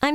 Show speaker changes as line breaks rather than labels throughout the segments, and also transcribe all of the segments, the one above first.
I'm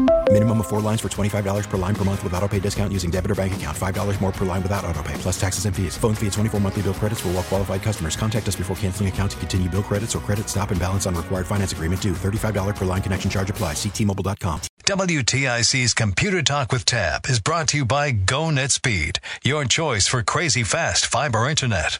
Minimum of four lines for $25 per line per month with auto pay discount using debit or bank account. $5 more per line without auto pay, plus taxes and fees. Phone fee at 24 monthly bill credits for all well qualified customers. Contact us before canceling account to continue bill credits or credit stop and balance on required finance agreement due. $35 per line connection charge applies. Ctmobile.com.
WTIC's Computer Talk with Tab is brought to you by GoNet Speed, your choice for crazy fast fiber internet.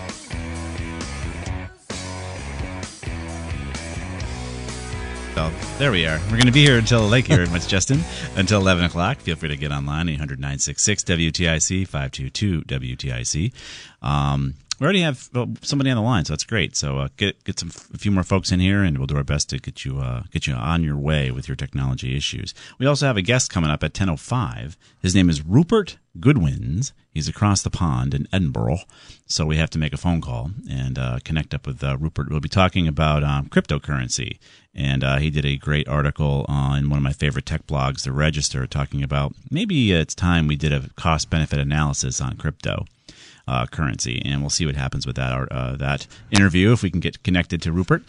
So there we are. We're going to be here until Lake Erie, much Justin, until 11 o'clock. Feel free to get online, 800 WTIC, 522 WTIC. Um, we already have uh, somebody on the line, so that's great. So uh, get get some a few more folks in here, and we'll do our best to get you uh, get you on your way with your technology issues. We also have a guest coming up at ten oh five. His name is Rupert Goodwins. He's across the pond in Edinburgh, so we have to make a phone call and uh, connect up with uh, Rupert. We'll be talking about um, cryptocurrency, and uh, he did a great article on one of my favorite tech blogs, The Register, talking about maybe it's time we did a cost benefit analysis on crypto uh, currency, and we'll see what happens with that uh, that interview if we can get connected to Rupert.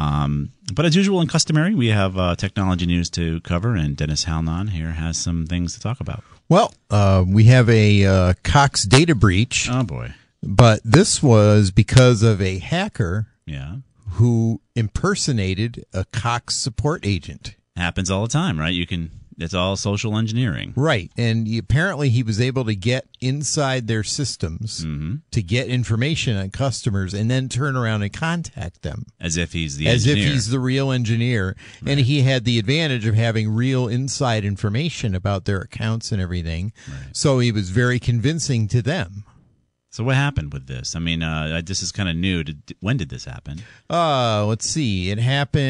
Um, but as usual and customary, we have uh, technology news to cover, and Dennis Halnon here has some things to talk about.
Well, uh, we have a uh, Cox data breach,
Oh boy,
but this was because of a hacker
yeah,
who impersonated a Cox support agent.
happens all the time, right? You can. It's all social engineering.
Right. And he, apparently he was able to get inside their systems
Mm-hmm.
to get information on customers and then turn around and contact them
As if he's the
as
engineer.
if he's the real engineer. And he had the advantage of having real inside information about their accounts and everything. So he was very convincing to them.
so what happened with this? I mean, uh, this is kind of new. Did, when did this happen?
Uh, let's see. It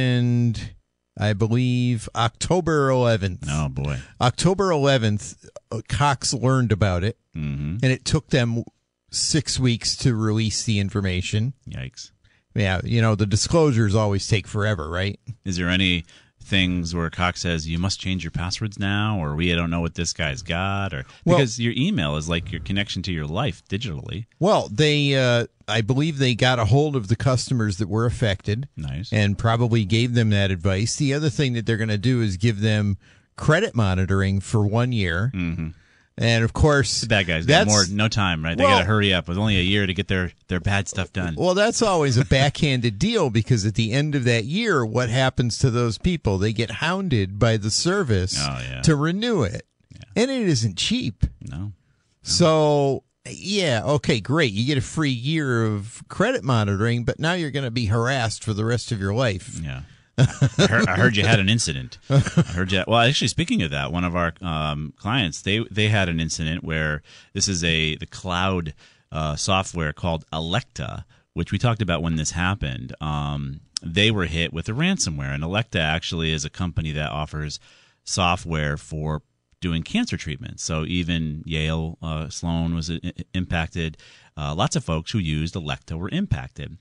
happened, I believe, October 11th.
Oh boy.
October 11th, uh, Cox learned about it,
hmm
and it took them six weeks to release the information.
Yikes.
Yeah, you know, the disclosures always take forever, right?
Is there any things where Cox says you must change your passwords now, or we don't know what this guy's got, or
Well-
because your email is like your connection to your life digitally?
Well, they, uh, I believe they got a hold of the customers that were affected
Nice.
and probably gave them that advice. The other thing that they're going to do is give them credit monitoring for one year.
mm-hmm.
And of course,
The bad guys got
that's
more no time, right? They
Well-
got to hurry up with only a year to get their their bad stuff done.
Well, that's always a backhanded deal because at the end of that year, what happens to those people? They get hounded by the service
Oh, yeah.
to renew it. And it isn't cheap.
no.
So, yeah, okay, great. You get a free year of credit monitoring, but now you're going to be harassed for the rest of your life.
Yeah. I heard, I heard you had an incident. I heard you. Well, actually, speaking of that, one of our um, clients they they had an incident where this is a the cloud uh, software called Electa, which we talked about when this happened. Um, they were hit with a ransomware, and Electa actually is a company that offers software for doing cancer treatments. So even Yale, uh, Sloan was i- i- impacted. Uh, lots of folks who used Electa were impacted.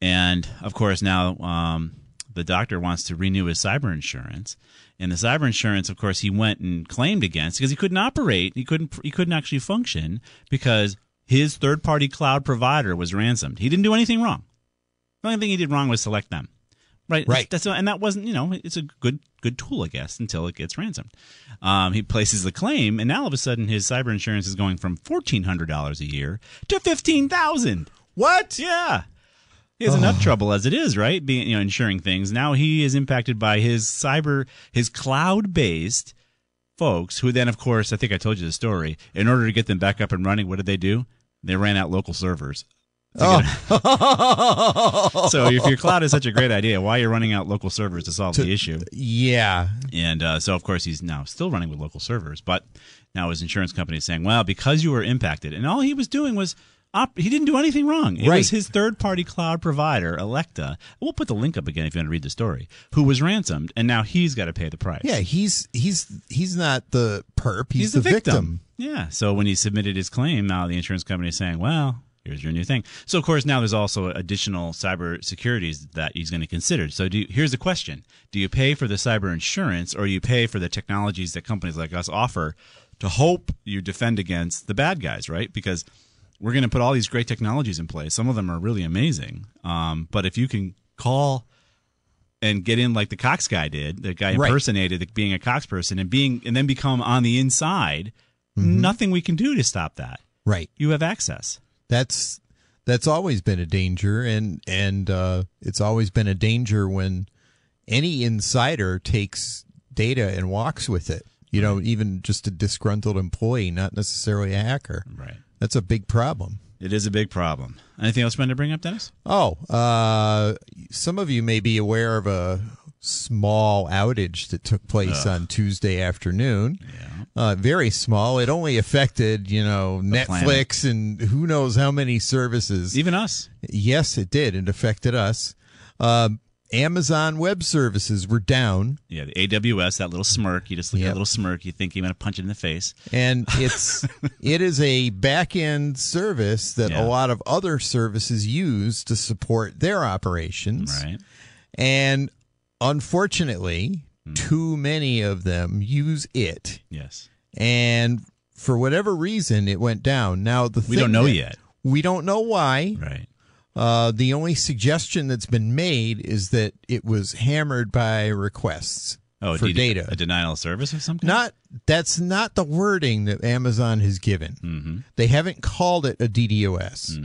And of course, now um, the doctor wants to renew his cyber insurance. And the cyber insurance, of course, he went and claimed against because he couldn't operate. He couldn't. He couldn't actually function because his third-party cloud provider was ransomed. He didn't do anything wrong. The only thing he did wrong was select them. Right.
Right.
That's, that's- and that wasn't, you know, it's a good good tool, I guess, until it gets ransomed. Um, he places the claim, and now all of a sudden, his cyber insurance is going from fourteen hundred dollars a year to fifteen thousand.
What?
Yeah. He has enough trouble as it is, right? Being you know, insuring things. Now he is impacted by his cyber, his cloud-based folks, who then, of course, I think I told you the story. In order to get them back up and running, what did they do? They ran out local servers.
Oh.
So if your cloud is such a great idea, why you're running out local servers to solve the issue?
yeah.
And uh, so, of course, he's now still running with local servers, but now his insurance company is saying, "Well, because you were impacted, and all he was doing was." Op- he didn't do anything wrong. It
Right.
was his third-party cloud provider, Electa. We'll put the link up again if you want to read the story. Who was ransomed, and now he's got to pay the price.
Yeah, he's he's he's not the perp, he's, the, victim.
Yeah. So when he submitted his claim, now the insurance company is saying, well, here's your new thing. So, of course, now there's also additional cyber securities that he's going to consider. So do you, here's the question Do you pay for the cyber insurance or you pay for the technologies that companies like us offer to hope you defend against the bad guys, right? Because we're going to put all these great technologies in place. Some of them are really amazing. Um, but if you can call and get in like the Cox guy did, the guy
Right.
impersonated the, being a Cox person and being and then become on the inside,
Mm-hmm.
nothing we can do to stop that.
Right.
You have access.
That's that's always been a danger and and uh it's always been a danger when any insider takes data and walks with it. You know, even just a disgruntled employee, not necessarily a hacker.
Right.
That's a big problem.
It is a big problem. Anything else you wanted to bring up, Dennis?
Oh, uh, some of you may be aware of a small outage that took place on Tuesday afternoon. Uh, very small. It only affected, you know,
planet.
Netflix and who knows how many services.
Even us.
Yes, it did. It affected us. Um, Amazon Web Services were down,
Yeah, the AWS, that little smirk. You just look at
Yep.
a little smirk. You think you're going to punch it in the face.
and it's it is a back end service that
Yeah.
a lot of other services use to support their operations.
Right.
And unfortunately,
Hmm.
too many of them use it.
Yes.
And for whatever reason, it went down. Now, the
We
thing
don't know
that-
yet.
We don't know why.
Right.
Uh, the only suggestion that's been made is that it was hammered by requests
Oh,
for
did-
data.
A denial of service of some kind?
Not that's not the wording that Amazon has given.
Mm-hmm.
They haven't called it a DDoS,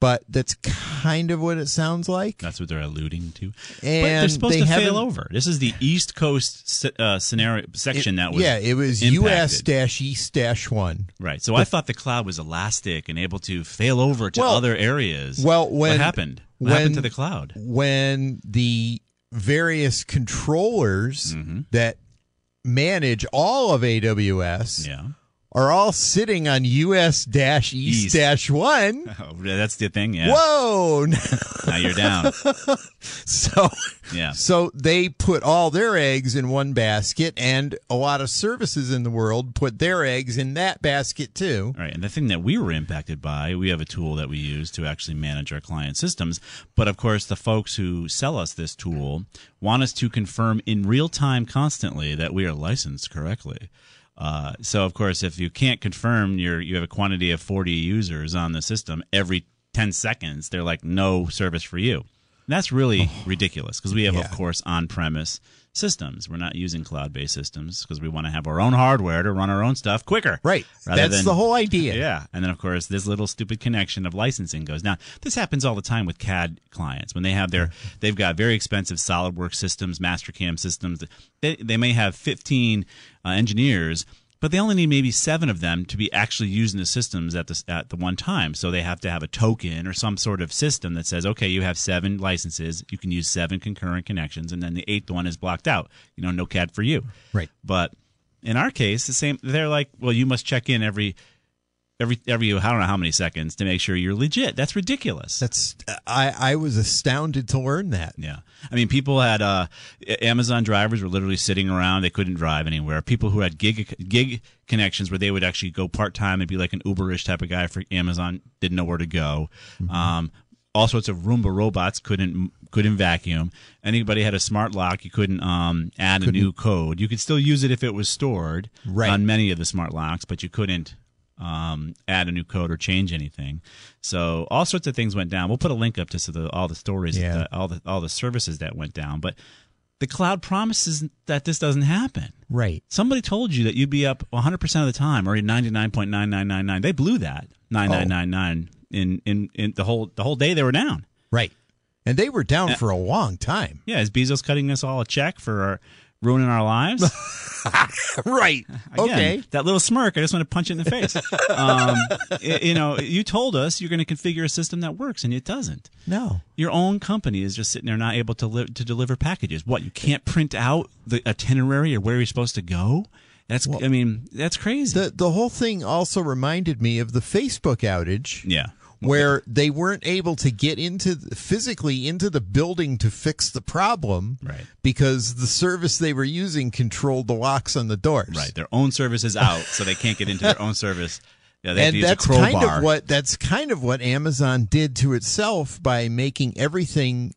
but that's kind of what it sounds like.
That's what they're alluding to. but they're
And
supposed
they
to
haven't-
fail over. This is the East Coast se- uh, scenario section
It-
that was
yeah, it was
impacted.
US dash East dash one.
Right. So I thought the cloud was elastic and able to fail over to
Well-
other areas.
Well, when
what happened? What
when-
happened to the cloud?
When the various controllers
Mm-hmm.
that manage all of AWS
Yeah.
are all sitting on US dash East
East.
dash one.
Oh, that's the thing. Yeah.
Whoa!
Now you're down.
so
Yeah.
so they put all their eggs in one basket, and a lot of services in the world put their eggs in that basket too.
All right. And the thing that we were impacted by, we have a tool that we use to actually manage our client systems. But of course, the folks who sell us this tool want us to confirm in real time constantly that we are licensed correctly. Uh, so of course, if you can't confirm your, you have a quantity of 40 users on the system every 10 seconds, they're like, no service for you. And that's really ridiculous because we have, of
Yeah.
course, on premise systems. We're not using cloud based systems because we want to have our own hardware to run our own stuff quicker.
Right.
Rather
That's
than-
the whole idea.
Yeah. And then, of course, this little stupid connection of licensing goes. Now, this happens all the time with CAD clients when they have their, they've got very expensive SolidWorks systems, MasterCam systems. They, they may have 15 uh, engineers. But they only need maybe seven of them to be actually using the systems at the at the one time. So they have to have a token or some sort of system that says, okay, you have seven licenses, you can use seven concurrent connections, and then the eighth one is blocked out. You know, no CAD for you.
Right.
But in our case, the same. They're like, well, you must check in every, every, every. I don't know how many seconds to make sure you're legit. That's ridiculous.
That's I I was astounded to learn that.
yeah. I mean, people had uh, A- Amazon drivers were literally sitting around. They couldn't drive anywhere. People who had gig gig connections where they would actually go part time and be like an Uberish type of guy for Amazon didn't know where to go.
Mm-hmm.
Um, all sorts of Roomba robots couldn't couldn't vacuum. Anybody had a smart lock, you couldn't um, add a new code. You could still use it if it was stored
Right.
on many of the smart locks, but you couldn't um, add a new code or change anything. So all sorts of things went down. We'll put a link up to so the, all the stories,
Yeah.
that- all the all the services that went down. But the cloud promises that this doesn't happen.
Right.
Somebody told you that you'd be up 100% of the time or 99.9999. They blew that 9999 in, in in the whole the whole day they were down.
Right. And they were
Uh,
down for a long time.
Yeah, is Bezos cutting us all a check for our, ruining our lives?
right.
Again,
Okay.
That little smirk, I just want to punch it in the face. um, y- you know, you told us you're going to configure a system that works, and it doesn't.
No.
Your own company is just sitting there not able to li- to deliver packages. What you can't print out the itinerary or where you're supposed to go. That's I mean that's crazy.
The the whole thing also reminded me of the Facebook outage.
yeah.
Where they weren't able to get into physically into the building to fix the problem,
Right.
Because the service they were using controlled the locks on the doors,
Right. Their own service is out, so they can't get into their own service. Yeah, they have
and
to use a
that's kind
crowbar.
of what that's kind of what Amazon did to itself by making everything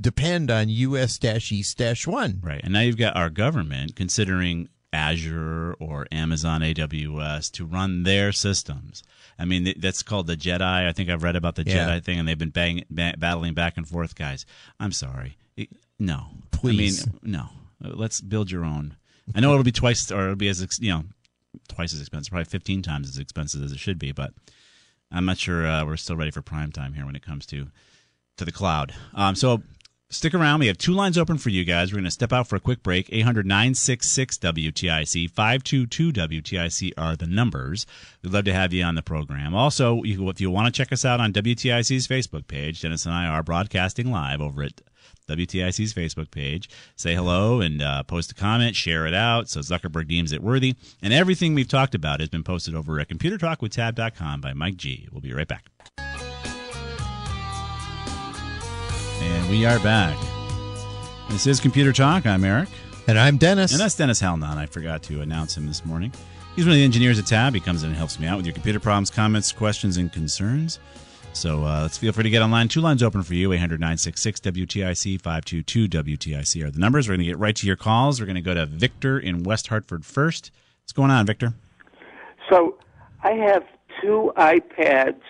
depend on US East one.
Right. And now you've got our government considering Azure or Amazon AWS to run their systems. I mean, th- that's called the Jedi. I think I've read about the
Yeah.
Jedi thing, and they've been bang, ba- battling back and forth, guys. I'm sorry. It- no.
Please.
I mean, no. Uh, Let's build your own. I know it'll be twice, or it'll be as, ex- you know, twice as expensive, probably 15 times as expensive as it should be, but I'm not sure uh, we're still ready for prime time here when it comes to to the cloud. Um, so stick around. We have two lines open for you guys. We're going to step out for a quick break. 800 966 WTIC, 522 WTIC are the numbers. We'd love to have you on the program. Also, you, if you want to check us out on WTIC's Facebook page, Dennis and I are broadcasting live over at WTIC's Facebook page. Say hello and uh, post a comment, share it out so Zuckerberg deems it worthy. And everything we've talked about has been posted over at ComputerTalkWithTab.com by Mike G. We'll be right back. And we are back. This is Computer Talk. I'm Eric.
And I'm Dennis.
And that's Dennis Halnon. I forgot to announce him this morning. He's one of the engineers at Tab. He comes in and helps me out with your computer problems, comments, questions, and concerns. So uh, let's feel free to get online. Two lines open for you 800 966 WTIC 522 WTIC are the numbers. We're going to get right to your calls. We're going to go to Victor in West Hartford first. What's going on, Victor?
So I have two iPads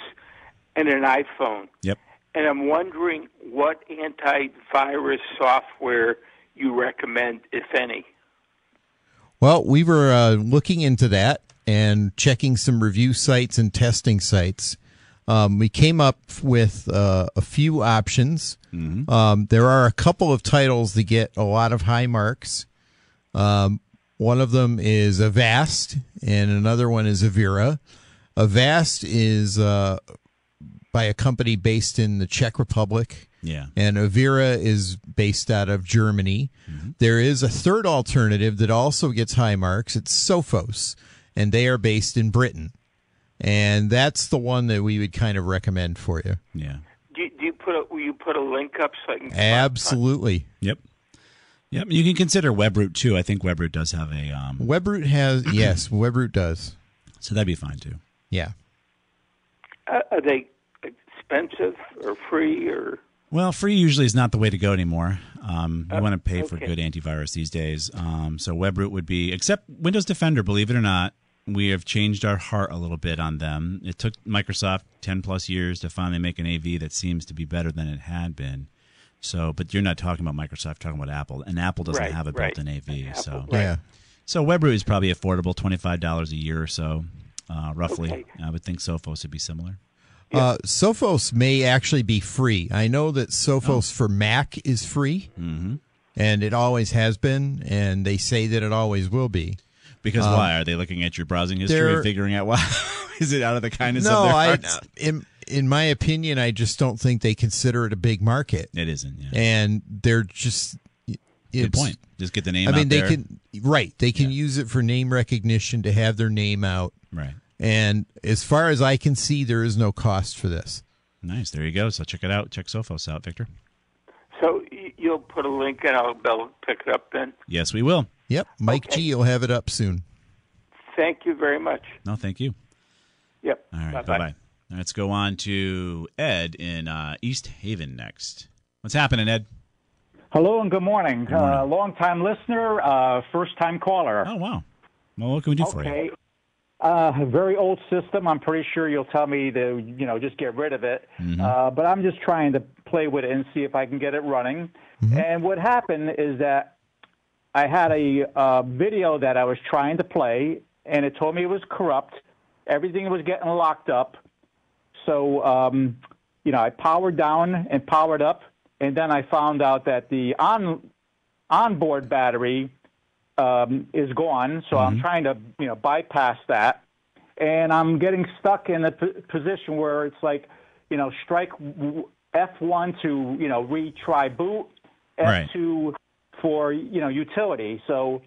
and an iPhone,
Yep.
and I'm wondering what antivirus software you recommend, if any.
Well, we were uh, looking into that and checking some review sites and testing sites. Um, we came up with uh, a few options. Um, there are a couple of titles that get a lot of high marks. Um, one of them is Avast, and another one is Avira. Avast is uh, by a company based in the Czech Republic
Yeah.
and Avira is based out of Germany. There is a third alternative that also gets high marks. It's Sophos, and they are based in Britain. And that's the one that we would kind of recommend for you.
Yeah.
Do you, do you put a, will you put a link up so I can
Absolutely.
Yep. Yep. You can consider WebRoot too. I think WebRoot does have a. Um,
Webroot has, yes, Webroot does.
so that'd be fine too.
Yeah.
Uh, are they expensive or free or?
Well, free usually is not the way to go anymore. Um, you want to pay for
Oh, okay.
good antivirus these days. Um, so WebRoot would be, except Windows Defender, believe it or not, we have changed our heart a little bit on them. It took Microsoft 10 plus years to finally make an AV that seems to be better than it had been. So, but you're not talking about Microsoft, you're talking about Apple, and Apple doesn't
Right,
have a
right.
built-in AV. so,
Right.
Yeah.
so WebRoot is probably affordable, twenty-five dollars a year or so, uh, roughly. I would think Sophos would be similar.
Uh, Sophos may actually be free. I know that Sophos for Mac is free, and it always has been, and they say that it always will be.
Because why are they looking at your browsing history,
Uh, they're-
and figuring out why? is it out of the kindness
no,
of their
I
hearts?
in in my opinion, I just don't think they consider it a big market,
It isn't. Yeah.
and they're just it's,
Good point. Just get the name.
I
out
mean, they
there.
can right, they can use it for name recognition to have their name out,
Right.
and as far as I can see, there is no cost for this.
Nice. There you go. So check it out. Check Sophos out, Victor.
So y- you'll put a link and I'll, I'll pick it up then.
Yes, we will.
Yep, Mike G will have it up soon.
Thank you very much.
No, thank you.
Yep.
All right. Bye bye. Let's go on to Ed in uh, East Haven next. What's happening, Ed?
Hello and good morning. Uh, long time listener, uh, first time caller.
Oh wow. Well, what can we do for you?
okay. Uh, very old system. I'm pretty sure you'll tell me to, you know, just get rid of it.
Mm-hmm.
Uh, but I'm just trying to play with it and see if I can get it running.
Mm-hmm.
And what happened is that I had a uh, video that I was trying to play, and it told me it was corrupt. Everything was getting locked up. So um,
you know, I powered down and powered up, and then I found out that the on onboard battery um, is gone. So I'm trying to you know bypass that, and I'm getting stuck in a p- position where it's like, you know, strike w- F1 to you know retry boot,
Right.
F2 for you know utility. So,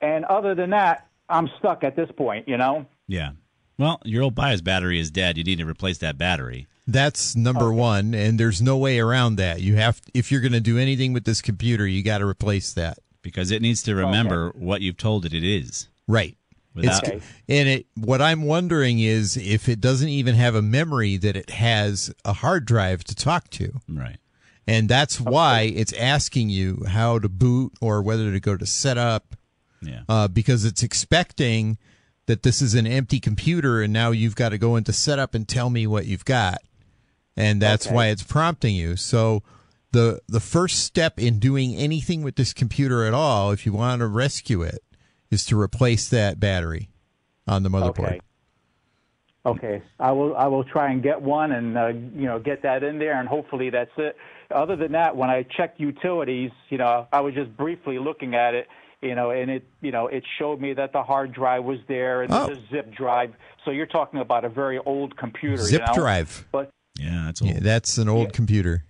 and other than that, I'm stuck at this point. You know.
Yeah. Well, your old bias battery is dead. You need to replace that battery.
That's number one, and there's no way around that. You have, if you're going to do anything with this computer, you got to replace that.
because it needs to remember what you've told it it is.
Right. It's-
Without- Okay.
And it, what I'm wondering is if it doesn't even have a memory that it has a hard drive to talk to.
Right.
And that's why it's asking you how to boot or whether to go to setup.
Yeah.
Uh, because it's expecting that this is an empty computer and now you've got to go into setup and tell me what you've got. And that's why it's prompting you. So the the first step in doing anything with this computer at all, if you want to rescue it, is to replace that battery on the motherboard.
Okay. Okay, I will. I will try and get one, and uh, you know, get that in there, and hopefully that's it. Other than that, when I checked utilities, you know, I was just briefly looking at it, you know, and it, you know, it showed me that the hard drive was there and
Oh.
there's a zip drive. So you're talking about a very old computer. you
Zip
know?
drive.
But
Yeah, that's
Yeah, that's an old computer.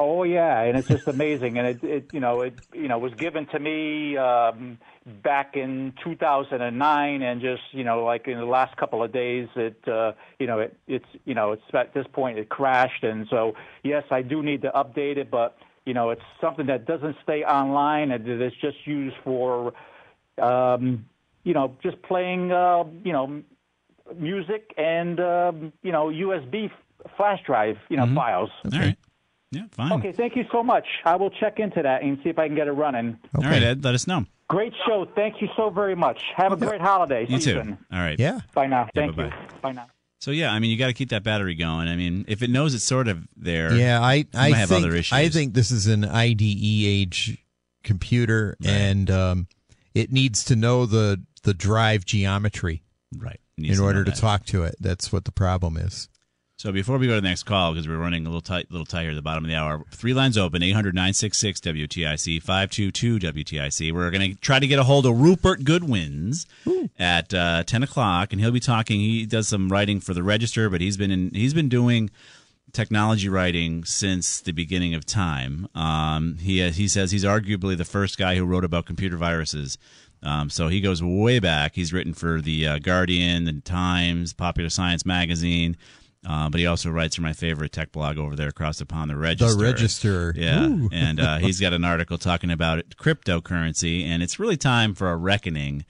Oh yeah, and it's just amazing, and it, it you know it you know was given to me um, back in 2009, and just you know like in the last couple of days, it uh, you know it it's you know it's at this point it crashed, and so yes, I do need to update it, but you know it's something that doesn't stay online, and it's just used for um, you know just playing uh, you know music and um, you know USB f- flash drive you know files.
Mm-hmm. All right. Yeah, fine.
Okay, thank you so much. I will check into that and see if I can get it running.
All right, Ed, let us know.
Great show. Thank you so very much. Have a great holiday
You too.
season.
All right.
Yeah.
Bye now. Thank you.
bye-bye.
Bye now.
So yeah, I mean, you got to keep that battery going. I mean, if it knows it's sort of there,
Yeah, I
you
I
might have
think
other issues.
I think this is an IDE age computer, and um, it needs to know the the drive geometry,
right? needs
In
to know
order to
that.
talk to it, that's what the problem is.
So before we go to the next call, because we're running a little tight, little tight here at the bottom of the hour. Three lines open: 800-966 WTIC five two two WTIC. We're going to try to get a hold of Rupert Goodwins at uh, ten o'clock, and he'll be talking. He does some writing for the Register, but he's been in, he's been doing technology writing since the beginning of time. Um, he he says he's arguably the first guy who wrote about computer viruses. Um, so he goes way back. He's written for the uh, Guardian, the Times, Popular Science magazine, uh, but he also writes for my favorite tech blog over there across the pond, the Register.
Register.
yeah.
Ooh.
and uh, he's got an article talking about it, cryptocurrency, and it's really time for a reckoning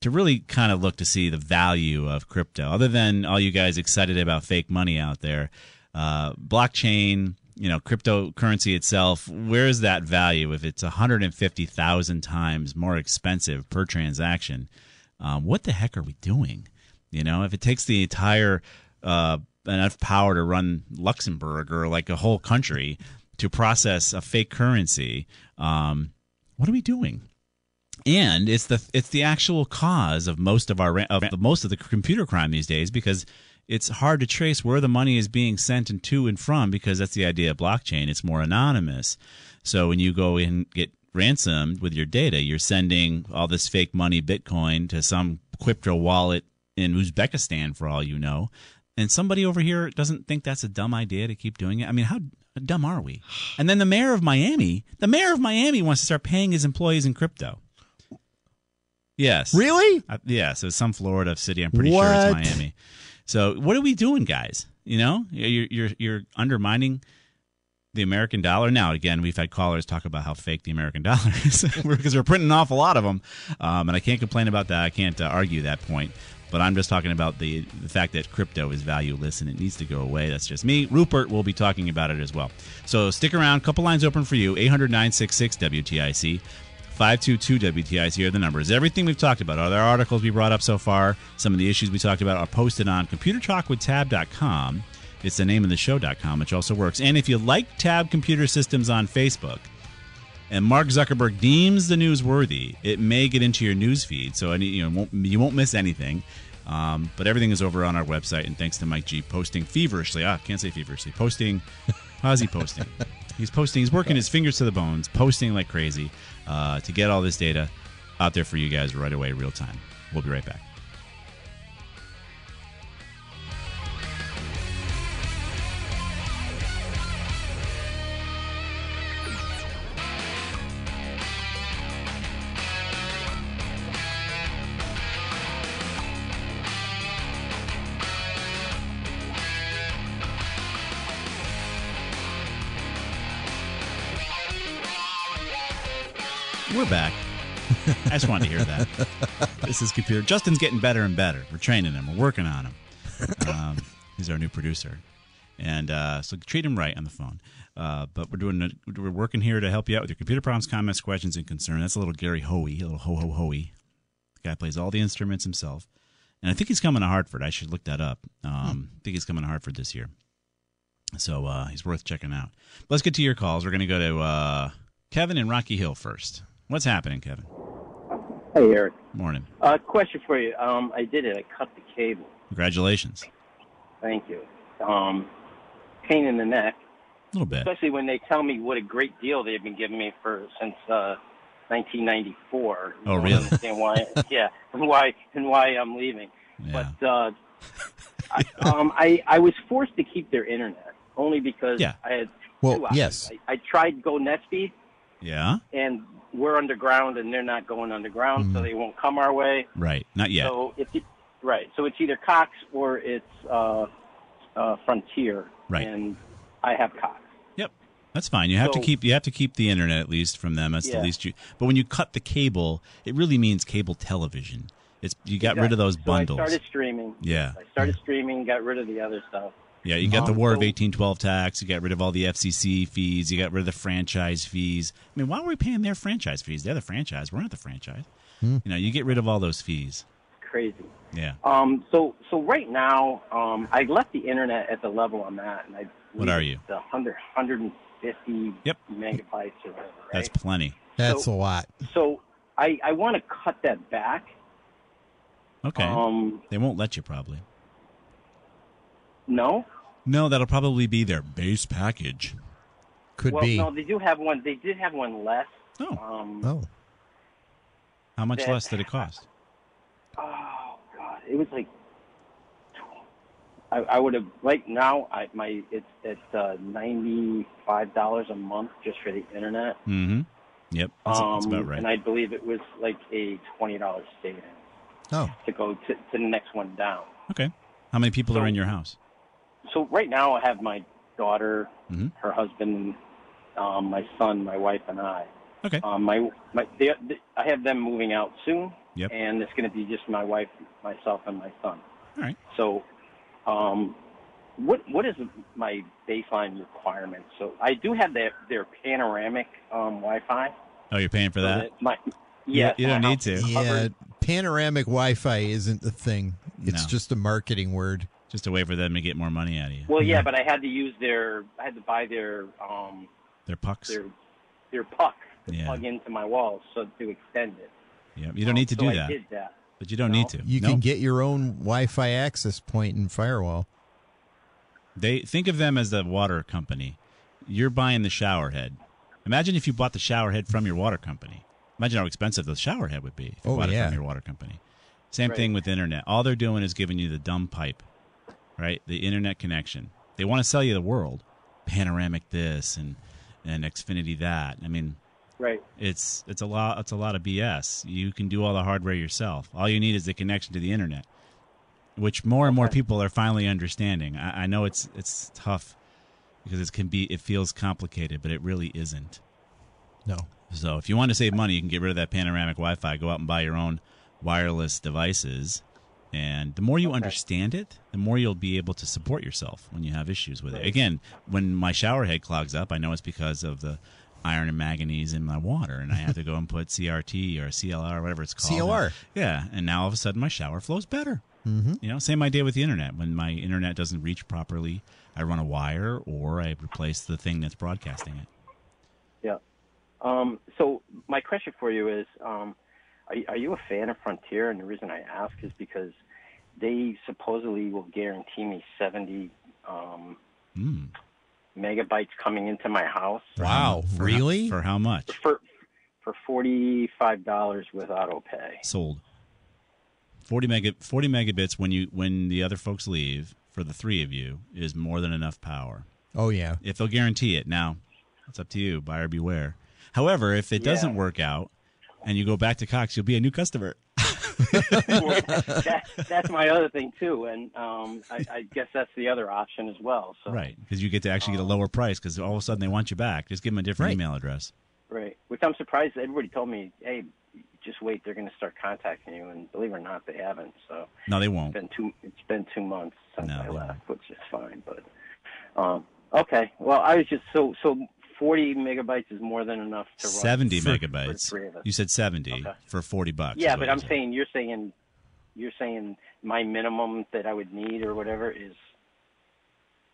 to really kind of look to see the value of crypto. Other than all you guys excited about fake money out there, uh, blockchain, you know, cryptocurrency itself, where is that value if it's 150,000 times more expensive per transaction? Um, what the heck are we doing? You know, if it takes the entire uh, enough power to run Luxembourg or like a whole country to process a fake currency, um, what are we doing? and it's the it's the actual cause of most of our ra- of the, most of the computer crime these days because it's hard to trace where the money is being sent and to and from because that's the idea of blockchain. It's more anonymous. So when you go in and get ransomed with your data, you're sending all this fake money, Bitcoin, to some crypto wallet in Uzbekistan for all you know, and somebody over here doesn't think that's a dumb idea to keep doing it. I mean, how dumb are we? And then the mayor of Miami, the mayor of Miami wants to start paying his employees in crypto. Yes.
Really?
Uh, yeah, so some Florida city. I'm pretty sure
What?
it's Miami. So what are we doing, guys? You know, you're you're you're undermining the American dollar. Now, again, we've had callers talk about how fake the American dollar is because we're printing an awful lot of them, um, and I can't complain about that. I can't uh, argue that point. But I'm just talking about the the fact that crypto is valueless and it needs to go away. That's just me. Rupert will be talking about it as well. So stick around. Couple lines open for you. 800 966 WTIC. 522 WTIC are the numbers. Everything we've talked about, other articles we brought up so far, some of the issues we talked about are posted on computertalkwithtab.com. It's the name of the show.com, which also works. And if you like Tab Computer Systems on Facebook, and Mark Zuckerberg deems the news worthy, it may get into your news feed, so any, you know won't, you won't miss anything. Um, but everything is over on our website, and thanks to Mike G posting feverishly. Ah, can't say feverishly. Posting. How's he posting? he's posting. He's working his fingers to the bones, posting like crazy uh, to get all this data out there for you guys right away, real time. We'll be right back. We're back. I just wanted to hear that. This is computer. Justin's getting better and better. We're training him. We're working on him. Um, he's our new producer, and uh, so treat him right on the phone. Uh, but we're doing we're working here to help you out with your computer problems, comments, questions, and concerns. That's a little Gary Hoey, a little ho ho hoey. The guy plays all the instruments himself, and I think he's coming to Hartford. I should look that up. Um, I think he's coming to Hartford this year, so uh, he's worth checking out. But let's get to your calls. We're going to go to uh, Kevin in Rocky Hill first. What's happening, Kevin?
Hey, Eric.
Morning.
Uh, question for you. Um, I did it. I cut the cable.
Congratulations.
Thank you. Um, pain in the neck,
A little bit.
especially when they tell me what a great deal they've been giving me for since uh, 1994.
Oh,
I don't
really?
Understand why? yeah, and why and why I'm leaving. But uh, I, um, I I was forced to keep their internet only because
Yeah.
I had
Well,
two options.
yes.
I, I tried Go Netspeed,
Yeah.
and we're underground, and they're not going underground, so they won't come our way.
Right. Not yet.
So it's right. So it's either Cox or it's uh, uh, Frontier.
Right.
And I have Cox.
That's fine. You have to
So-
keep you have to keep the internet at least from them. That's the
Yeah.
least you. But when you cut the cable, it really means cable television. It's you got rid of those bundles.
So I started streaming.
Yeah.
I started streaming. Got rid of the other stuff.
yeah, you
Uh-huh.
got the War of 1812 tax. You got rid of all the FCC fees. You got rid of the franchise fees. I mean, why were we paying their franchise fees? They're the franchise. We're not the franchise. You know, you get rid of all those fees.
Crazy.
Yeah.
Um. So so right now, um, I left the internet at the level I'm at, and I
What are you?
the 100, 150
Yep.
megabytes or whatever. Right?
That's plenty.
That's a
So-
lot.
so I I want to cut that back.
Okay.
Um.
they won't let you probably.
No.
No, that'll probably be their base package.
Could
well,
be.
no, they do have one. They did have one less.
Oh.
Um,
oh,
How much
That-
less did it cost?
Oh God, it was like I, I would have like now. I my it's it's uh, ninety five dollars a month just for the internet.
Mm-hmm. Yep. That's, that's about
Um,
right.
And I believe it was like a twenty dollars savings
oh,
to go to, to the next one down.
okay. How many people are
So-
in your house?
So right now I have my daughter,
Mhm.
her husband, um, my son, my wife, and I.
Okay.
Um, my my they, they, I have them moving out soon.
Yep.
And it's going to be just my wife, myself, and my son.
All right.
So, um, what what is my baseline requirement? So I do have their their panoramic um, Wi-Fi.
Oh, you're paying for
so
that?
my yes,
you don't
my
need
house is
to.
yeah.
covered.
Panoramic Wi-Fi isn't the thing. It's
No.
just a marketing word.
Just a way for them to get more money out of you.
Well, yeah, but I had to use their I had to buy their um,
They're pucks.
their their puck to
Yeah.
plug into my wall so to extend it.
yeah, you don't need to
So
do
I
that.
did that.
But you don't
No.
need to.
You
No.
can get your own Wi-Fi access point in firewall.
Oh, They think of them as the water company. You're buying the shower head. Imagine if you bought the shower head from your water company. Imagine how expensive the shower head would be if you
Oh,
bought it
yeah.
from your water company. Same
Right.
thing with internet. All they're doing is giving you the dumb pipe, right? The internet connection. They want to sell you the world, panoramic this and and Xfinity that. I mean,
Right.
It's it's a lot it's a lot of BS. You can do all the hardware yourself. All you need is the connection to the internet, which more and more people are finally understanding. I, I know it's it's tough because it can be it feels complicated, but it really isn't.
No.
So if you want to save money, you can get rid of that panoramic Wi-Fi. Go out and buy your own wireless devices, and the more you understand it, the more you'll be able to support yourself when you have issues with it. Again, when my shower head clogs up, I know it's because of the iron and manganese in my water, and I have to go and put CRT or CLR, whatever it's called.
CLR.
Yeah, and now all of a sudden my shower flows better. You know, same idea with the internet. When my internet doesn't reach properly, I run a wire or I replace the thing that's broadcasting it.
Yeah. Um, so my question for you is, um, are, are you a fan of Frontier? And the reason I ask is because
they supposedly will guarantee me 70 um, megabytes coming into my house
Wow,
For how-
really?
for how much?
for for $45 with auto pay.
Sold. Forty mega forty megabits when you when the other folks leave for the three of you is more than enough power.
Oh yeah.
If they'll guarantee it, now it's up to you, buyer beware. However, if it
Yeah.
doesn't work out and you go back to Cox, you'll be a new customer.
that, that's my other thing too, and um, I, I guess that's the other option as well. So Um,
Right, because you get to actually get a lower price because all of a sudden they want you back. Just give them a different email address.
right, which I'm surprised everybody told me, hey, just wait, they're going to start contacting you, and believe it or not, they haven't. So
No, they
it's
won't.
been two, it's been two months since I left, which is fine. But um, okay, well, I was just so so. Forty megabytes is more than enough to run.
Seventy
for- for
megabytes.
three of us.
You said seventy for forty bucks. is
Yeah,
what
but
you
I'm
said.
saying you're saying you're saying my minimum that I would need or whatever is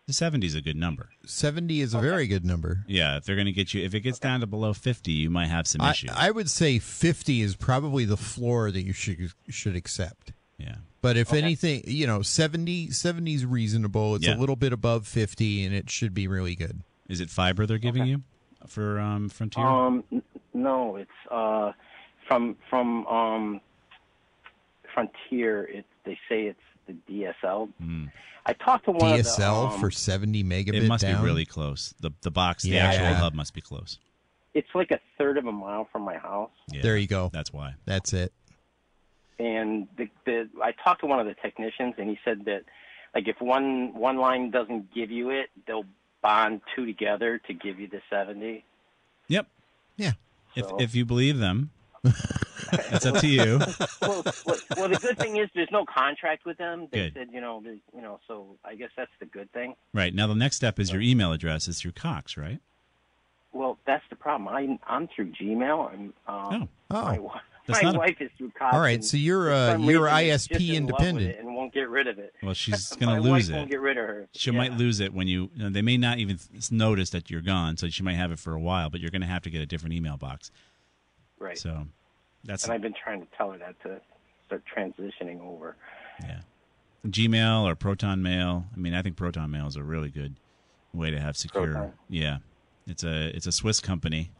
the seventy is a good number.
70 is a very good number.
Yeah, if they're going to get you, if it gets down to below fifty, you might have some
I,
issues.
I would say 50 is probably the floor that you should should accept.
Yeah.
But if anything, you know, 70 70 is reasonable. It's
Yeah.
a little bit above 50 and it should be really good.
Is it fiber they're giving you for um, Frontier?
Oh.
Um, n- no, it's uh, from from um, Frontier. It they say it's the DSL. I talked to one of the
DSL
um,
for 70 megabit
it must
down?
be really close. The the box, the
Yeah.
actual hub must be close.
It's like a third of a mile from my house,
Yeah,
There you go.
That's why.
That's it.
and the, the I talked to one of the technicians, and he said that like if one one line doesn't give you it, they'll bond two together to give you the seventy.
Yep.
Yeah.
If
So-
if you believe them, that's up to you.
well, well, well, the good thing is there's no contract with them. They
Good.
said, you know, they- you know, so I guess that's the good thing.
Right now, the next step is your email address is through Cox, right?
Well, that's the problem. I, I'm through Gmail. and um,
Oh.
my,
Oh.
wi-
That's
my
not a-
wife is through Cox.
All right,
and
so you're,
for
uh,
some
you're
reason is
ISP
just in love with
independent.
it and won't get rid of it.
Well, she's gonna
my
lose
wife
it.
Won't get rid of her.
She
Yeah.
might lose it when you, you know, they may not even th- notice that you're gone, so she might have it for a while, but you're going to have to get a different email box.
Right.
So that's
and I've been trying to tell her that to start transitioning over.
Gmail or Proton Mail. I mean, I think Proton Mail is a really good way to have secure.
Proton.
Yeah, it's a it's a Swiss company.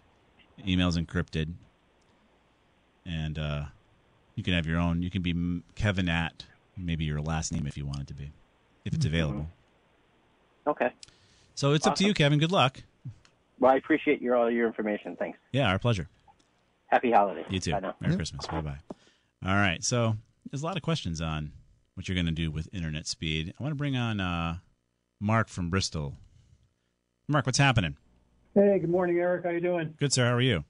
Email's encrypted, and uh, you can have your own. You can be M- Kevin at maybe your last name if you want it to be, if it's available.
Okay.
So it's up to you, Kevin. Good luck.
Well, I appreciate your all your information. Thanhanks.
Yeah, our pleasure.
Happy holidays.
You too.
Bye now.
Merry Christmas. Bye bye. All right. So there's a lot of questions on what you're going to do with internet speed. I want to bring on uh, Mark from Bristol. Mark, what's happening?
Hey, good morning, Eric. How you doing?
Good, sir. How are you?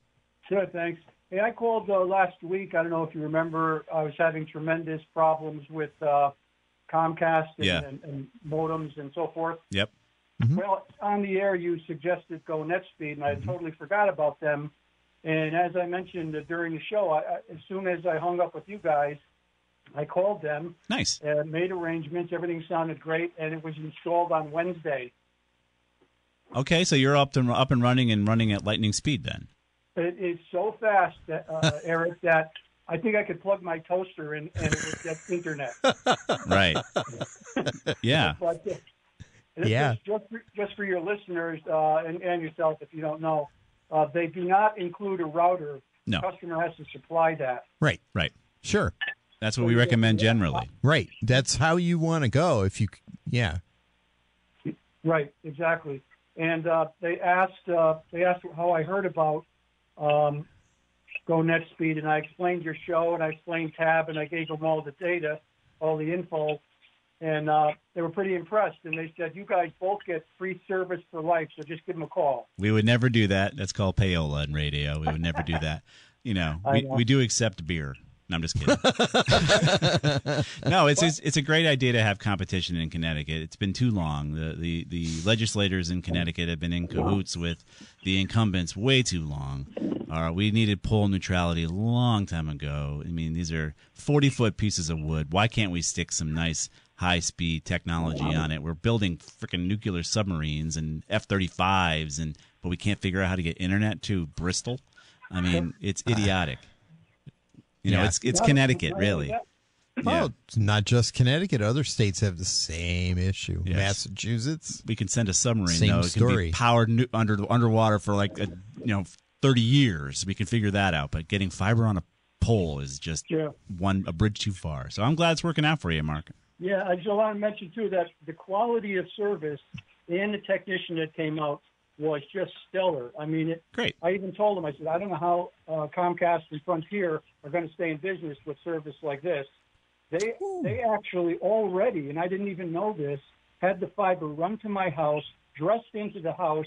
Good, thanks. Hey, I called uh, last week. I don't know if you remember. I was having tremendous problems with uh, Comcast and,
Yeah.
and, and modems and so forth.
Yep.
Well, on the air, you suggested go NetSpeed, and I
Mm-hmm.
totally forgot about them. And as I mentioned uh, during the show, I, I, as soon as I hung up with you guys, I called them.
Nice.
Uh, made arrangements. Everything sounded great, and it was installed on Wednesday.
Okay, so you're up and up and running and running at lightning speed then.
It is so fast, that, uh, Eric, that I think I could plug my toaster in and it would get internet.
Right. yeah.
But uh, this
Yeah.
is just for, just for your listeners uh, and, and yourself, if you don't know, uh, they do not include a router.
No.
customer has to supply that.
Right.
Right.
Sure.
That's what we recommend generally.
Right. That's how you want to go if you c- yeah.
Right, exactly. And uh, they asked uh, they asked how I heard about um, Go Net Speed, and I explained your show, and I explained Tab, and I gave them all the data, all the info, and uh, they were pretty impressed. And they said, "You guys both get free service for life, so just give them a call."
We would never do that. That's called payola in radio. We would never do that. You know,
I
we,
know.
we do accept beer. No, I'm just kidding. no, it's, it's it's a great idea to have competition in Connecticut. It's been too long. The the the legislators in Connecticut have been in cahoots with the incumbents way too long. Uh, we needed poll neutrality a long time ago. I mean, these are forty foot pieces of wood. Why can't we stick some nice high speed technology on it? We're building freaking nuclear submarines and F thirty fives, and but we can't figure out how to get internet to Bristol. I mean, it's idiotic. You know,
Yeah.
it's it's
Not-
Connecticut,
not only
really.
that-
Oh, it's not just Connecticut. Other states have the same issue. Massachusetts.
We can send a submarine.
Same
though. It can be
story.
powered nu- under underwater for like a, you know thirty years. We can figure that out. But getting fiber on a pole is just
Yeah.
one a bridge too far. So I'm glad it's working out for you, Mark.
Yeah, I just want to mention too that the quality of service and the technician that came out was just stellar. I mean, it,
great.
I even told him, I said, I don't know how uh, Comcast and Frontier are going to stay in business with service like this. They they actually already, and I didn't even know this, had the fiber run to my house, dressed into the house,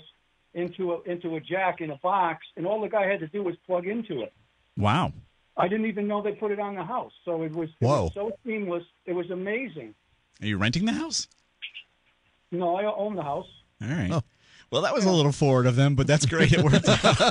into a, into a jack in a box, and all the guy had to do was plug into it.
Wow.
I didn't even know they put it on the house, so it was, it
Whoa.
was so seamless. It was amazing.
Are you renting the house?
No, I own the house.
All right. Well, that was a little forward of them, but that's great. It worked out.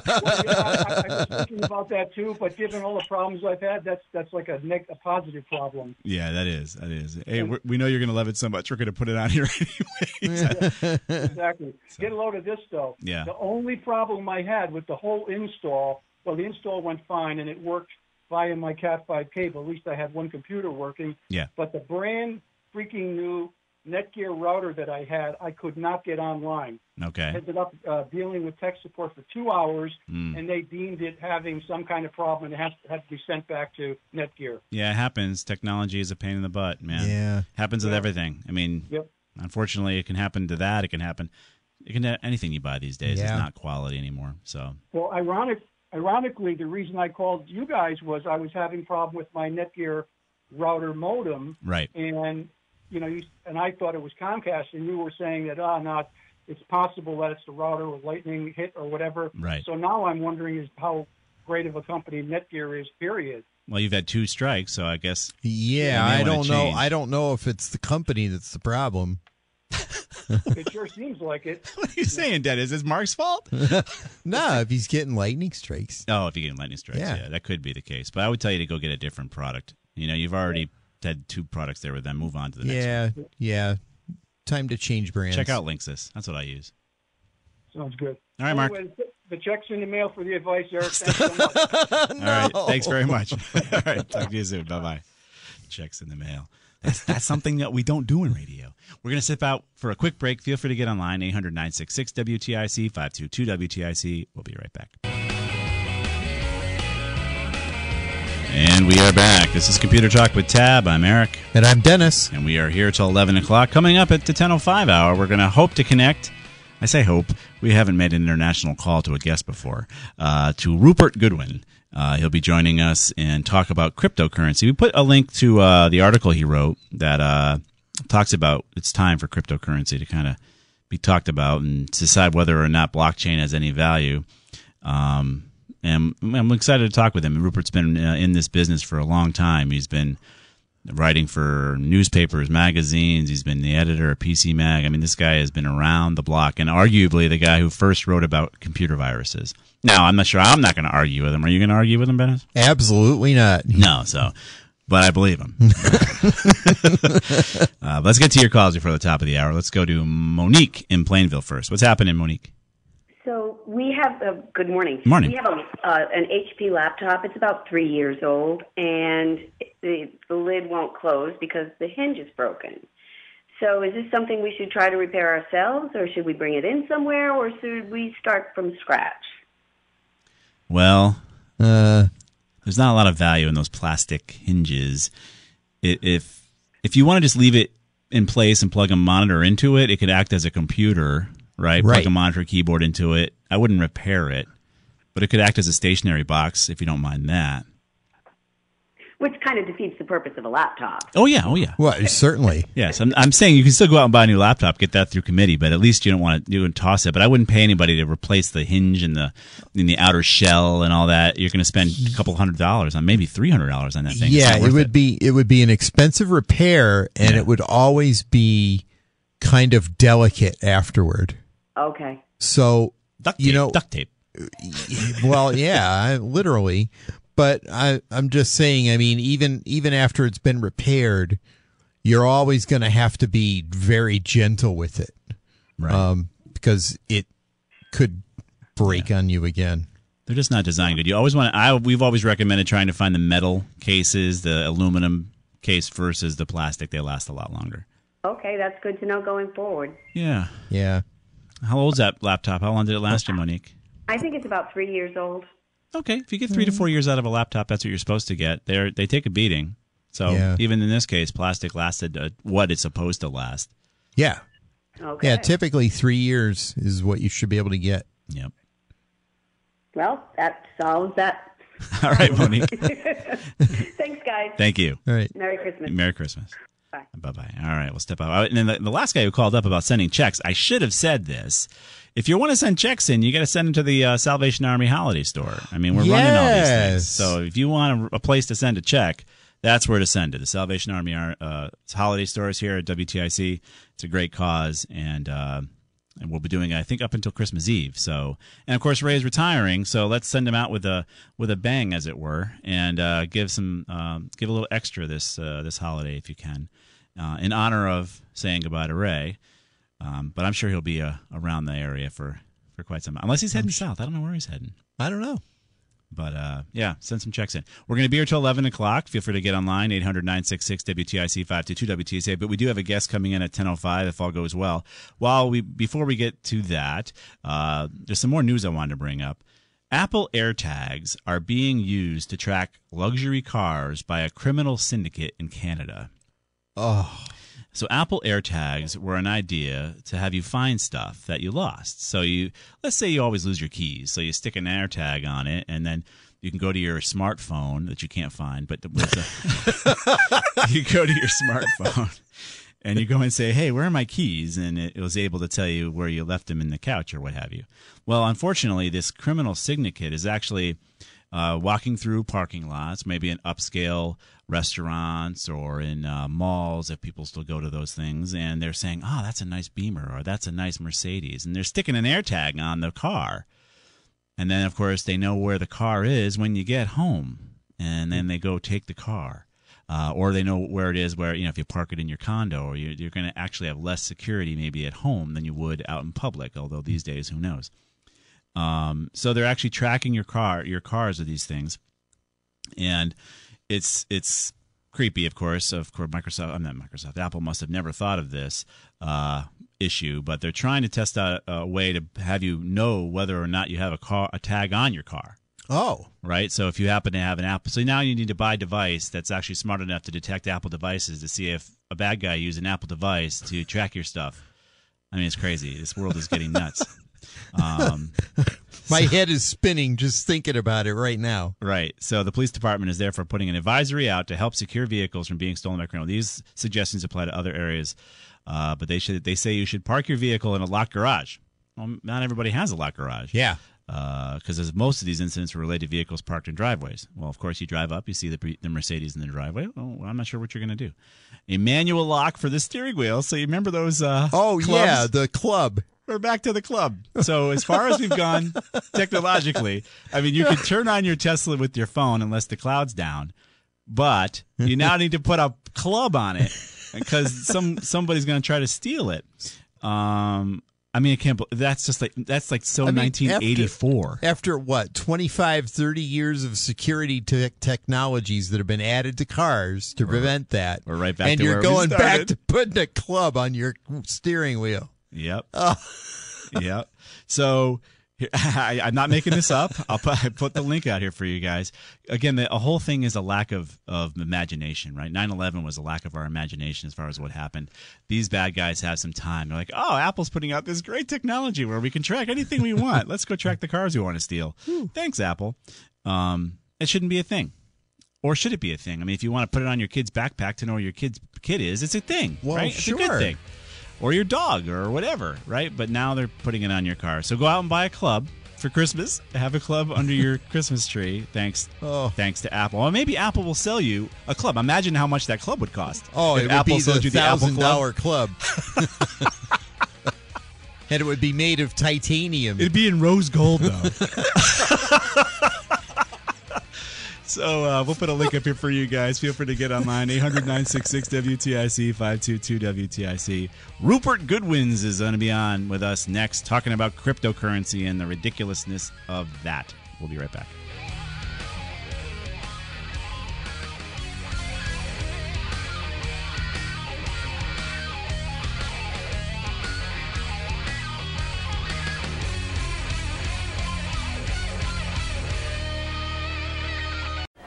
Thinking about that too, but given all the problems I've had, that's that's like a, neg- a positive problem.
Yeah, that is. That is. Hey, we we know you're going to love it so much. We're going to put it on here anyway.
exactly. Get a load of this though.
Yeah.
The only problem I had with the whole install, well, the install went fine and it worked via my Cat5 cable. At least I had one computer working.
Yeah.
But the brand freaking new Netgear router that I had, I could not get online.
Okay.
Ended up uh, dealing with tech support for two hours,
Mm.
and they deemed it having some kind of problem and it has to, had to be sent back to Netgear.
Yeah, it happens. Technology is a pain in the butt, man. Yeah, happens with everything. I mean,
Yep.
unfortunately, it can happen to that. It can happen. It can anything you buy these days is
Yeah.
not quality anymore. So
Well, ironic, ironically, the reason I called you guys was I was having problem with my Netgear router modem,
right.
and you know, you, and I thought it was Comcast, and you were saying that ah, not it's possible that it's the router with lightning hit or whatever.
Right.
So now I'm wondering is how great of a company Netgear is. Period.
Well, you've had two strikes, so I guess.
Yeah,
you
I
may wanna
don't know.
change.
I don't know if it's the company that's the problem.
It sure seems like it.
what are you saying, Dad? Is this Mark's fault?
no, if he's getting lightning strikes.
Oh, if you get lightning strikes, yeah.
Yeah.
that could be the case. But I would tell you to go get a different product. You know, you've already had two products there with them. Move on to the next.
Yeah, yeah. Time to change brands.
Check out Linksys. That's what I use.
Sounds good.
All right, Mark.
Anyway, the check's in the mail for the advice, Eric. Thanks so much.
All right. Thanks very much. All right. Talk to you soon. Bye bye. Checks in the mail. That's, that's something that we don't do in radio. We're going to step out for a quick break. Feel free to get online 800 966 WTIC 522 WTIC. We'll be right back. And we are back. This is Computer Talk with Tab. I'm Eric.
And I'm Dennis.
And we are here till 11 o'clock. Coming up at the 10.05 hour, we're going to hope to connect. I say hope. We haven't made an international call to a guest before. Uh, to Rupert Goodwin. Uh, he'll be joining us and talk about cryptocurrency. We put a link to uh, the article he wrote that uh, talks about it's time for cryptocurrency to kind of be talked about and decide whether or not blockchain has any value. Um, and I'm excited to talk with him. Rupert's been uh, in this business for a long time. He's been writing for newspapers, magazines. He's been the editor of PC Mag. I mean, this guy has been around the block and arguably the guy who first wrote about computer viruses. Now, I'm not sure. I'm not going to argue with him. Are you going to argue with him, Dennis?
Absolutely not.
No, so, but I believe him. uh, let's get to your calls before the top of the hour. Let's go to Monique in Plainville first. What's happening, Monique?
So we have a good morning.
Morning.
We have a, uh, an HP laptop. It's about three years old, and the, the lid won't close because the hinge is broken. So is this something we should try to repair ourselves, or should we bring it in somewhere, or should we start from scratch?
Well,
Uh,
there's not a lot of value in those plastic hinges. I- If if you want to just leave it in place and plug a monitor into it, it could act as a computer, right? Plug
Right.
a monitor keyboard into it. I wouldn't repair it, but it could act as a stationary box if you don't mind that.
Which kind of defeats the purpose of a laptop.
Oh yeah, oh yeah.
Well, certainly.
Yes, I'm, I'm saying you can still go out and buy a new laptop, get that through committee, but at least you don't want to you would toss it. But I wouldn't pay anybody to replace the hinge and the in the outer shell and all that. You're going to spend a couple hundred dollars on maybe three hundred dollars on that thing. It's
Yeah,
not
it
worth
would be it would be an expensive repair, and it would always be kind of delicate afterward.
Okay.
So
duct
you know
duct tape.
well, yeah, I, literally. But I, I'm just saying. I mean, even even after it's been repaired, you're always going to have to be very gentle with it,
right?
Um, because it could break on you again.
They're just not designed good. You always want to. I we've always recommended trying to find the metal cases, the aluminum
case versus the plastic, they last a lot longer.
Okay, that's good to know going forward.
Yeah.
Yeah.
How old's that laptop? How long did it last you, Monique?
I think it's about three years old. Mm-hmm.
Okay, if you get three to four years out of a laptop, that's what you're supposed to get. They they take a beating. So
Yeah.
even in this case, plastic lasted uh, what it's supposed to last.
Yeah.
Okay.
Yeah. Typically, three years is what you should be able to get.
Yep.
Well, that solves that.
All right, Monique.
Thanks, guys.
Thank you.
All right.
Merry Christmas.
Merry Christmas.
Bye.
Bye bye. All right, we'll step out. And then the, the last guy who called up about sending checks, I should have said this. If you want to send checks in, you got to send them to the uh, Salvation Army Holiday Store. I mean, we're running all these things.
Yes.
So if you want a, a place to send a check, that's where to send it. The Salvation Army uh, Holiday Store is here at WTIC. It's a great cause, and uh, and we'll be doing I think up until Christmas Eve. So and of course Ray is retiring, so let's send him out with a with a bang, as it were, and uh, give some um, give a little extra this uh, this holiday if you can, uh, in honor of saying goodbye to Ray. Um, but I'm sure he'll be uh, around the area for for quite some unless he's heading south. I don't know where he's heading.
I don't know.
But uh, yeah, send some checks in. We're going to be here till 11 o'clock. Feel free to get online, 800 966 WTIC 522 WTSA. But we do have a guest coming in at 10.05 if all goes well. While we Before we get to that, uh, there's some more news I wanted to bring up. Apple AirTags are being used to track luxury cars by a criminal syndicate in Canada.
Oh.
So Apple AirTags were an idea to have you find stuff that you lost. So you let's say you always lose your keys. So you stick an AirTag on it and then you can go to your smartphone that you can't find, but with a- you go to your smartphone and you go and say, "Hey, where are my keys?" and it was able to tell you where you left them in the couch or what have you. Well, unfortunately, this criminal syndicate is actually uh, walking through parking lots, maybe in upscale restaurants or in uh, malls if people still go to those things, and they're saying, "Oh, that's a nice Beamer," or "That's a nice Mercedes," and they're sticking an AirTag on the car. And then, of course, they know where the car is when you get home, and then they go take the car, uh, or they know where it is. Where you know, if you park it in your condo, or you're, you're going to actually have less security maybe at home than you would out in public. Although these days, who knows? Um, so they're actually tracking your car, your cars with these things, and it's it's creepy, of course. Of course, Microsoft, I'm not Microsoft. Apple must have never thought of this uh, issue, but they're trying to test out a way to have you know whether or not you have a car, a tag on your car
Oh.
right? So if you happen to have an Apple, so now you need to buy a device that's actually smart enough to detect Apple devices to see if a bad guy used an Apple device to track your stuff. I mean, it's crazy. This world is getting nuts. Um,
My head is spinning just thinking about it right now.
Right. So the police department is therefore putting an advisory out to help secure vehicles from being stolen by criminals. These suggestions apply to other areas, uh, but they should they say you should park your vehicle in a locked garage. Well, not everybody has a locked garage.
Yeah.
Because as most of these incidents were related to vehicles parked in driveways. Well, of course, you drive up, you see the, pre- the Mercedes in the driveway. Oh, well, I'm not sure what you're going to do. A manual lock for the steering wheel. So you remember those? Uh,
Oh,
clubs?
yeah. The club.
We're back to the club. So as far as we've gone technologically, I mean, you can turn on your Tesla with your phone unless the cloud's down, but you now need to put a club on it because some somebody's going to try to steal it. Um, I mean, I can't. bel- That's just like that's like so
I mean, after-
1984.
After, what, 25, 30 years of security te- technologies that have been added to cars to prevent that.
We're right back
and
to
you're
where we
going back
started.
to putting a club on your steering wheel.
Yep.
Oh.
yep. So here- I, I'm not making this up. I'll put, I put the link out here for you guys. Again, the, a whole thing is a lack of, of imagination, right? 9 11 was a lack of our imagination as far as what happened. These bad guys have some time. They're like, oh, Apple's putting out this great technology where we can track anything we want. Let's go track the cars we want to steal. Thanks, Apple. Um, it shouldn't be a thing. Or should it be a thing? I mean, if you want to put it on your kid's backpack to know where your kid's kid is, it's a thing,
Well,
right? It's a good
sure.
thing or your dog or whatever, right? But now they're putting it on your car. So go out and buy a club for Christmas. Have a club under your Christmas tree. Thanks,
Oh.
thanks to Apple. Or maybe Apple will sell you a club. Imagine how much that club would cost.
Oh,
If
it
Apple
would
sold
be
you
the
the Apple
thousand
Club.
dollar club, and it would be made of titanium.
It'd be in rose gold, though. So uh, we'll put a link up here for you guys. Feel free to get online. 800 WTIC 522 WTIC. Rupert Goodwins is going to be on with us next, talking about cryptocurrency and the ridiculousness of that. We'll be right back.